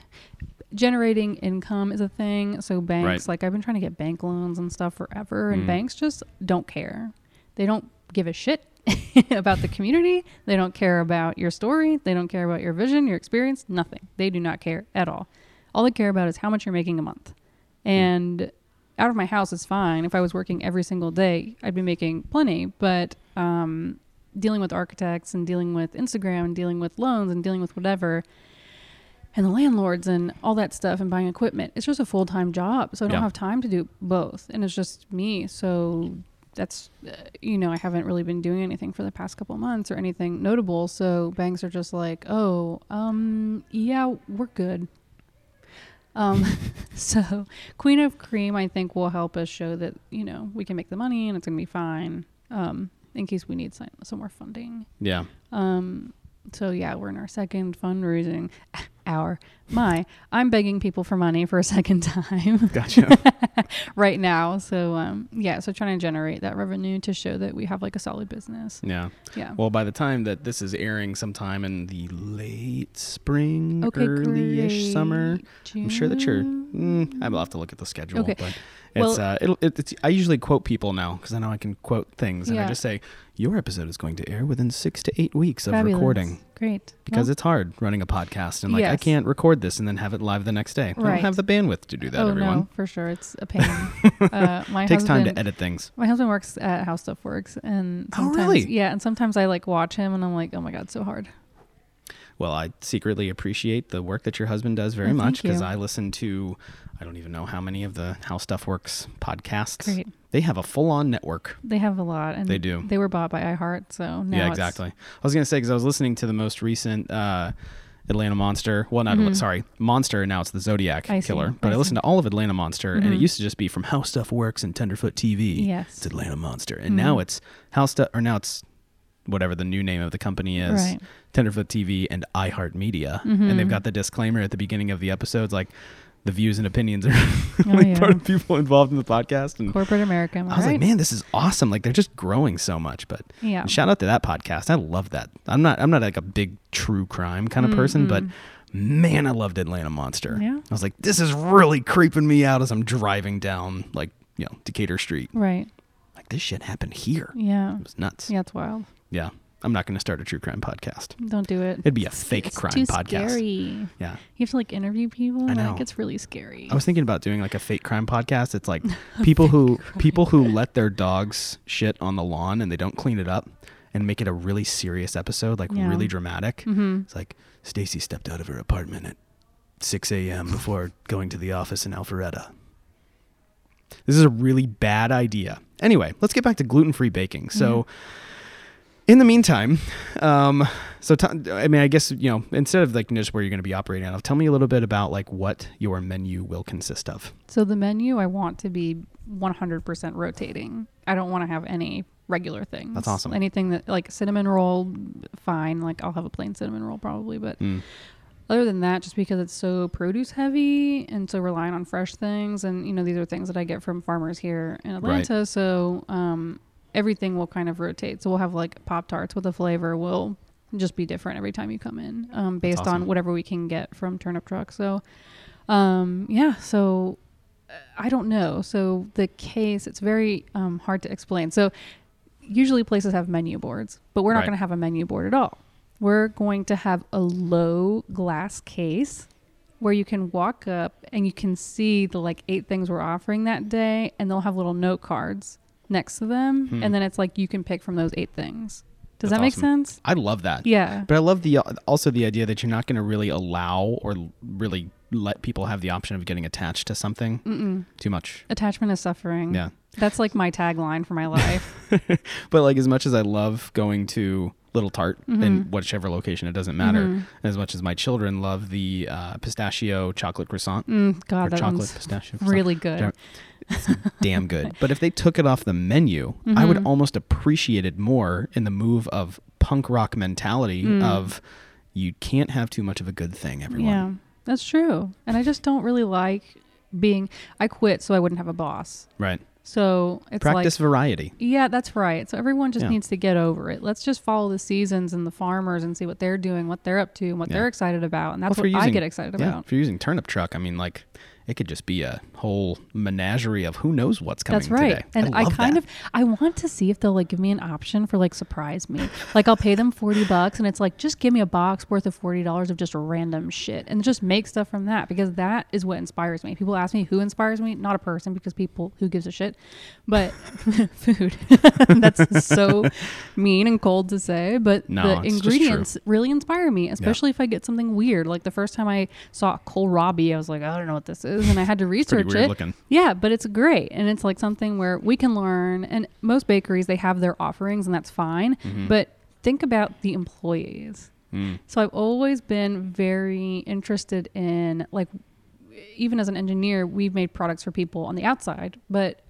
B: Generating income is a thing. So banks,
A: Right.
B: like I've been trying to get bank loans and stuff forever, and
A: Mm.
B: banks just don't care. They don't give a shit about the community. They don't care about your story. They don't care about your vision, your experience, nothing. They do not care at all. All they care about is how much you're making a month. And out of my house is fine. If I was working every single day, I'd be making plenty. But um, dealing with architects and dealing with Instagram and dealing with loans and dealing with whatever, and the landlords and all that stuff and buying equipment. It's just a full time job, so I don't
A: Yeah.
B: have time to do both, and it's just me. So that's uh, you know I haven't really been doing anything for the past couple months or anything notable. So banks are just like, oh, um, yeah, we're good. Um, so Queen of Cream, I think, will help us show that you know we can make the money and it's gonna be fine. Um, in case we need some, some more funding.
A: Yeah.
B: Um, so yeah, we're in our second fundraising hour. My, I'm begging people for money for a second time
A: Gotcha.
B: right now. So um, yeah, so trying to generate that revenue to show that we have like a solid business.
A: yeah.
B: Yeah.
A: Well, by the time that this is airing sometime in the late spring,
B: okay.
A: early-ish summer,
B: great.
A: I'm sure that you're.
B: June.
A: Mm, I'll have to look at the schedule.
B: Okay.
A: But it's,
B: Well-
A: uh, it'll, it, it's, I usually quote people now because I know I can quote things. And I
B: Yeah.
A: just say, your episode is going to air within six to eight weeks of
B: Fabulous.
A: recording
B: Great.
A: because
B: Well,
A: it's hard running a podcast. And like, I
B: Yes.
A: can't record this and then have it live the next day. I don't
B: Right.
A: have the bandwidth to do that,
B: oh
A: everyone.
B: no, for sure, it's a pain. uh, my
A: It takes time
B: husband,
A: to edit things.
B: My husband works at How Stuff Works, and
A: Oh,
B: sometimes
A: really?
B: yeah, and sometimes I like watch him, and I'm like, oh my god, so hard.
A: Well, I secretly appreciate the work that your husband does very
B: Oh, thank
A: much because
B: you.
A: I listen to, I don't even know how many of the How Stuff Works podcasts.
B: Great.
A: They have a full on network.
B: They have a lot, and
A: They do.
B: They were bought by iHeart, so now
A: yeah,
B: it's-
A: exactly. I was gonna say because I was listening to the most recent uh, Atlanta Monster. Well, not Atla- sorry, Monster. and Now it's the Zodiac
B: Mm-hmm. I see,
A: Killer.
B: I
A: But I,
B: see. Mm-hmm.
A: listened to all of Atlanta Monster, and it used to just be from How Stuff Works and Tenderfoot TV.
B: Yes.
A: it's Atlanta Monster, and
B: Mm-hmm.
A: now it's How Stuff, or now it's whatever the new name of the company is.
B: Right. Mm-hmm.
A: Tenderfoot TV and iHeartMedia, and they've got the disclaimer at the beginning of the episodes, like the views and opinions are
B: Oh, yeah.
A: part of people involved in the podcast. And
B: corporate America. am
A: I was
B: right?
A: like, man, this is awesome. Like they're just growing so much. But
B: Yeah.
A: shout out to that podcast. I love that. I'm not I'm not like a big true crime kind of person, but man, I loved Atlanta Monster.
B: Mm-hmm. Yeah.
A: I was like, this is really creeping me out as I'm driving down like, you know, Decatur Street.
B: right?
A: Like this shit happened here.
B: Yeah,
A: It was nuts.
B: yeah, it's wild.
A: Yeah. I'm not gonna start a true crime podcast.
B: Don't do it.
A: It'd be a fake
B: it's
A: crime
B: too
A: podcast.
B: Scary. You
A: Yeah.
B: have to like interview
A: I
B: people. and
A: know.
B: Like, it's really scary.
A: I was thinking about doing like a fake crime podcast. It's like people who people who let their dogs shit on the lawn and they don't clean it up and make it a really serious episode, like
B: Yeah.
A: really dramatic.
B: Mhm.
A: It's like Stacy stepped out of her apartment at 6 a.m. before going to the office in Alpharetta. This is a really bad idea. Anyway, let's get back to gluten free baking. So, in the meantime, um, so t- I mean, I guess you know, instead of like just where you're going to be operating out of, tell me a little bit about like what your menu will consist of.
B: So the menu, I want to be 100% rotating. I don't want to have any regular things.
A: That's awesome.
B: Anything that like cinnamon roll, fine. Like I'll have a plain cinnamon roll probably, but
A: Mm.
B: other than that, just because it's so produce heavy and so relying on fresh things, and you know these are things that I get from farmers here in Atlanta, so um, everything will kind of rotate. So we'll have like pop tarts with a flavor will just be different every time you come in, um, based
A: awesome.
B: on whatever we can get from Turnip Truck. So um, yeah, so uh, I don't know. So the case, it's very um, hard to explain. So usually places have menu boards, but we're not
A: Right.
B: going to have a menu board at all. We're going to have a low glass case where you can walk up and you can see the like eight things we're offering that day, and they'll have little note cards next to them,
A: Hmm.
B: and then it's like you can pick from those eight things. Does
A: That's
B: that make
A: awesome.
B: sense?
A: I love that.
B: Yeah.
A: But I love the uh, also the idea that you're not going to really allow or really let people have the option of getting attached to something
B: Mm-mm.
A: too much.
B: Attachment is suffering.
A: Yeah.
B: That's like my tagline for my life.
A: But like as much as I love going to Little Tart in
B: Mhm.
A: whichever location, it doesn't matter.
B: Mhm.
A: As much as my children love the uh, pistachio chocolate croissant
B: Mm,
A: or
B: God, that
A: chocolate
B: one's
A: pistachio, croissant,
B: really good.
A: Don't- damn good. But if they took it off the menu, I
B: Mm-hmm.
A: would almost appreciate it more in the move of punk rock mentality
B: Mm.
A: of you can't have too much of a good thing, everyone.
B: Yeah, that's true. And I just don't really like being. I quit so I wouldn't have a boss.
A: Right.
B: So it's
A: Practice
B: like.
A: variety.
B: Yeah, that's right. So everyone just
A: Yeah.
B: needs to get over it. Let's just follow the seasons and the farmers and see what they're doing, what they're up to, and what
A: Yeah.
B: they're excited about. And that's
A: Well, if
B: what
A: you're
B: I
A: using-
B: get excited
A: Yeah,
B: about.
A: if you're using turnip truck, I mean, like It could just be a whole menagerie of who knows what's coming
B: That's right.
A: today.
B: And I,
A: love
B: kind
A: that.
B: of I want to see if they'll like give me an option for like surprise me. Like I'll pay them 40 bucks and it's like just give me a box worth of $40 of just random shit and just make stuff from that because that is what inspires me. People ask me who inspires me, not a person because people who gives a shit, but food. That's so mean and cold to say, but
A: No,
B: the
A: it's just true.
B: ingredients really inspire me, especially if I get something weird. Like the first time I saw kohlrabi, I was like, I don't know what this is and I had to
A: pretty
B: research
A: weird
B: it.
A: looking.
B: Yeah, but it's great. And it's like something where we can learn. And most bakeries, they have their offerings, and that's fine.
A: Mm-hmm.
B: But think about the employees.
A: Mm.
B: So I've always been very interested in, like, even as an engineer, we've made products for people on the outside, but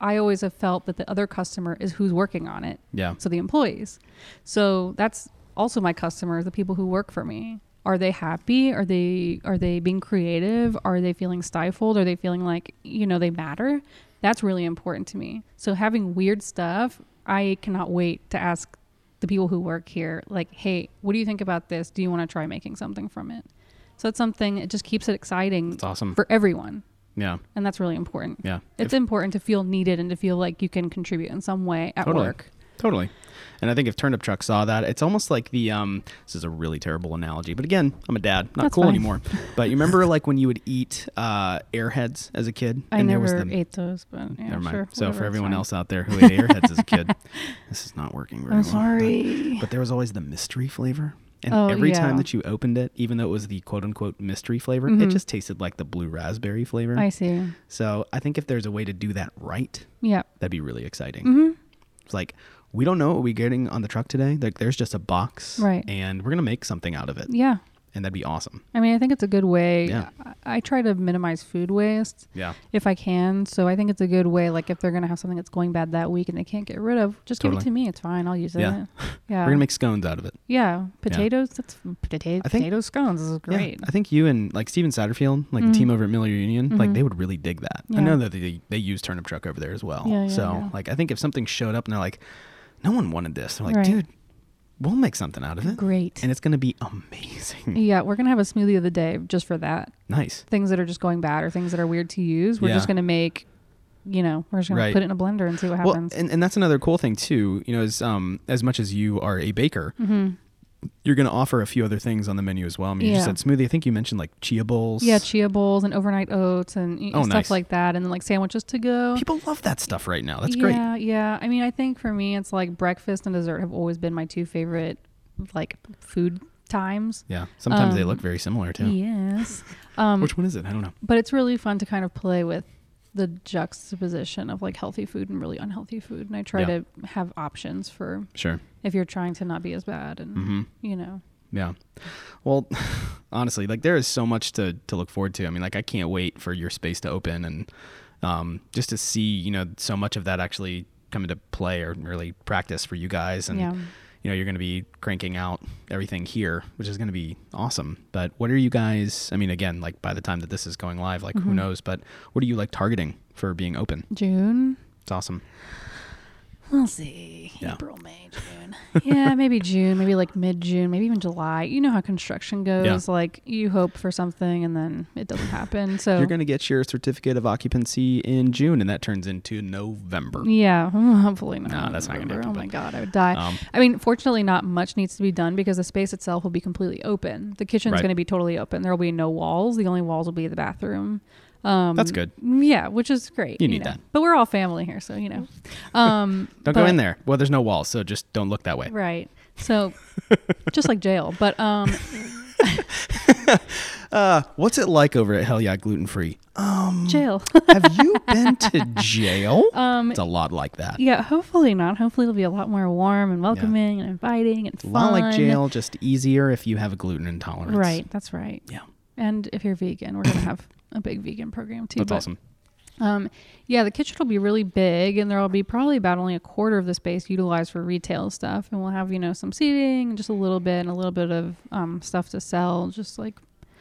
B: I always have felt that the other customer is who's working on it.
A: Yeah.
B: So the employees. So that's also my customers, the people who work for me. Are they happy? Are they are they being creative? Are they feeling stifled? Are they feeling like, you know, they matter? That's really important to me. So having weird stuff, I cannot wait to ask the people who work here like, "Hey, what do you think about this? Do you want to try making something from it?" So it's something it just keeps it exciting
A: It's awesome.
B: for everyone,
A: yeah.
B: and that's really important.
A: Yeah.
B: It's important to feel needed and to feel like you can contribute in some way at
A: Totally.
B: work.
A: Totally. And I think if Turnip Truck saw that, it's almost like the um this is a really terrible analogy, but again, I'm a dad, not
B: That's
A: cool
B: fine.
A: anymore. But you remember like when you would eat uh airheads as a kid?
B: I
A: and
B: never
A: there was the
B: ate those, but yeah,
A: Never mind.
B: sure.
A: so
B: whatever,
A: for
B: it's
A: everyone
B: fine.
A: else out there who ate airheads as a kid, this is not working very
B: I'm
A: well.
B: sorry.
A: But, but there was always the mystery flavor. And
B: Oh,
A: every time
B: yeah. Mm-hmm.
A: that you opened it, even though it was the quote unquote mystery flavor, it just tasted like the blue raspberry flavor.
B: I see.
A: so I think if there's a way to do that right,
B: Yeah. mm-hmm.
A: That'd be really exciting. It's like we don't know what we're getting on the truck today. Like there's just a box,
B: Right.
A: And we're gonna make something out of it,
B: Yeah.
A: and that'd be awesome.
B: I mean, I think it's a good way.
A: Yeah.
B: I, I try to minimize food waste
A: Yeah,
B: if I can. So I think it's a good way. Like if they're going to have something that's going bad that week and they can't get rid of, just give
A: Totally.
B: it to me. It's fine. I'll use
A: Yeah.
B: it. Yeah.
A: we're gonna make scones out of it.
B: yeah. Potatoes. That's potato,
A: I think-
B: potato scones. This is
A: Yeah.
B: great. Mm-hmm.
A: I think you and like Steven Satterfield, like the team over at Miller Union, like they would really dig that. I
B: Yeah.
A: know that they they use turnip truck over there as well.
B: Yeah, yeah,
A: so
B: yeah.
A: like I think if something showed up and they're like, no one wanted this, they're like,
B: Right.
A: dude, we'll make something out of it,
B: Great.
A: and it's gonna be amazing.
B: Yeah. We're going to have a smoothie of the day just for that.
A: nice.
B: things that are just going bad or things that are weird to use. We're
A: Yeah.
B: just going to make, you know, we're just going
A: Right.
B: to put it in a blender and see what happens.
A: Well, and, and that's another cool thing too. You know, is um, as much as you are a baker,
B: Mm-hmm.
A: you're going to offer a few other things on the menu as well. I mean, you
B: Yeah.
A: just said smoothie. I think you mentioned like chia bowls.
B: yeah, chia bowls and overnight oats and y-
A: Oh,
B: stuff
A: nice.
B: like that, and then like sandwiches to go.
A: people love that stuff right now. That's
B: yeah,
A: great.
B: Yeah, I mean, I think for me, it's like breakfast and dessert have always been my two favorite like food times.
A: Yeah. Sometimes
B: Um,
A: they look very similar too.
B: Yes. Um,
A: Which one is it? I don't know.
B: but it's really fun to kind of play with the juxtaposition of like healthy food and really unhealthy food, and I try
A: Yeah.
B: to have options for
A: Sure.
B: if you're trying to not be as bad and
A: Mm-hmm.
B: you know
A: Yeah. Well, honestly, like there is so much to to look forward to. I mean, like I can't wait for your space to open and um, just to see you know so much of that actually come into play or really practice for you guys and.
B: Yeah.
A: You know, you're going to be cranking out everything here, which is going to be awesome. But what are you guys? I mean, again, like by the time that this is going live, like
B: Mm-hmm.
A: who knows? But what are you like targeting for being open?
B: June.
A: It's awesome.
B: We'll see.
A: Yeah.
B: April, May, June. yeah, maybe June, maybe like mid June, maybe even July. You know how construction goes. Like you hope for something and then it doesn't happen. So
A: You're going to get your certificate of occupancy in June, and that turns into November.
B: yeah, mm, hopefully not.
A: No, that's not gonna
B: November.
A: happen,
B: Oh
A: but-
B: my god, I would die.
A: Um,
B: I mean, fortunately, not much needs to be done because the space itself will be completely open. The kitchen's
A: Right.
B: going to be totally open. There will be no walls. The only walls will be the bathroom. Um,
A: That's good.
B: Yeah, which is great.
A: You need
B: know.
A: that.
B: But we're all family here, so you know. Um,
A: Don't go
B: but-
A: in there. Well, there's no walls, so just don't look that way.
B: Right. So just like jail, but um
A: Uh, what's it like over at Hell Yeah Gluten Free?
B: jail.
A: Have you been to jail?
B: Um
A: it's a lot like that.
B: yeah, hopefully not. Hopefully it'll be a lot more warm and welcoming and inviting and
A: A
B: fun.
A: lot like jail, just easier if you have a gluten intolerance.
B: Right, that's right.
A: Yeah.
B: And if you're vegan, we're going to have a big vegan program too.
A: That's
B: but,
A: awesome.
B: Um yeah, the kitchen will be really big and there'll be probably about only a quarter of the space utilized for retail stuff and we'll have, you know, some seating and just a little bit and a little bit of um stuff to sell, just like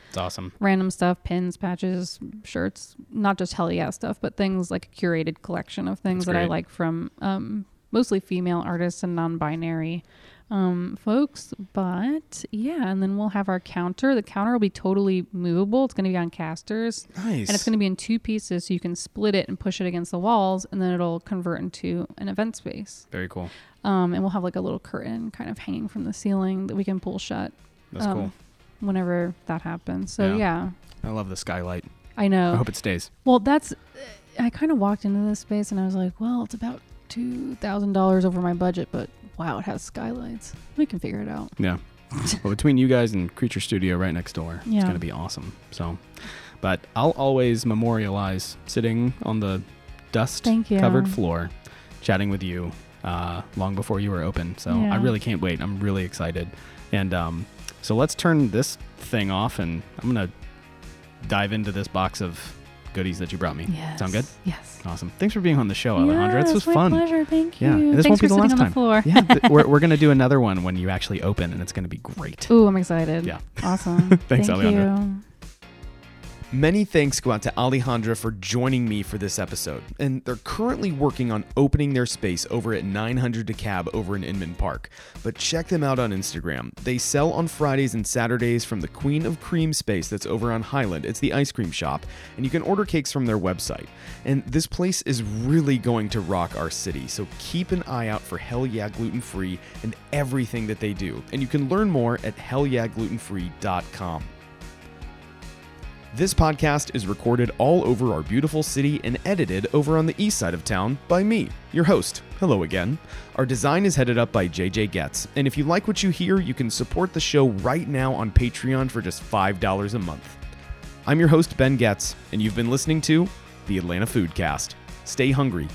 A: It's awesome.
B: random stuff pins patches shirts not just hell yeah stuff but things like a curated collection of things
A: That's
B: that i
A: great.
B: like from um, mostly female artists and non-binary um, folks. But yeah, and then we'll have our counter. The counter will be totally movable. It's going to be on casters.
A: Nice.
B: And it's going to be in two pieces, so you can split it and push it against the walls, and then it'll convert into an event space.
A: Very cool.
B: Um, and we'll have like a little curtain kind of hanging from the ceiling that we can pull shut
A: That's
B: um,
A: cool.
B: whenever that happens. So
A: Yeah. I
B: yeah,
A: love the skylight.
B: I know.
A: I hope it stays.
B: Well, that's. I kind of walked into this space and I was like, well, it's about two thousand dollars over my budget, but wow, it has skylights. We can figure it out.
A: Yeah. well, between you guys and Creature Studio right next door,
B: Yeah.
A: it's gonna be awesome. So, but I'll always memorialize sitting on the dust
B: Thank you.
A: covered floor, chatting with you uh, long before you were open. So I
B: Yeah.
A: really can't wait. I'm really excited. And um, so let's turn this thing off, and I'm gonna dive into this box of goodies that you brought me.
B: Yes.
A: Sound good?
B: Yes.
A: Awesome. Thanks for being on the show, Alejandra.
B: Yes,
A: this was
B: my
A: fun.
B: pleasure. Thank you.
A: Yeah, and this won't
B: Thanks
A: be
B: for
A: the last
B: sitting
A: time.
B: on the floor.
A: yeah, th- we're, we're gonna do another one when you actually open, and it's gonna be great.
B: Ooh, I'm excited.
A: Yeah.
B: Awesome.
A: Thanks,
B: Thank
A: Alejandra.
B: you.
A: Many thanks go out to Alejandra for joining me for this episode, and they're currently working on opening their space over at 900 DeKalb over in Inman Park. But check them out on Instagram. They sell on Fridays and Saturdays from the Queen of Cream space that's over on Highland. It's the ice cream shop, and you can order cakes from their website. And this place is really going to rock our city, so keep an eye out for Hell Yeah Gluten Free and everything that they do. And you can learn more at hellyaglutenfree.com. This podcast is recorded all over our beautiful city and edited over on the east side of town by me, your host. Hello again. Our design is headed up by JJ Getz, and if you like what you hear, you can support the show right now on Patreon for just $5 a month. I'm your host, Ben Getz, and you've been listening to the Atlanta Foodcast. Stay hungry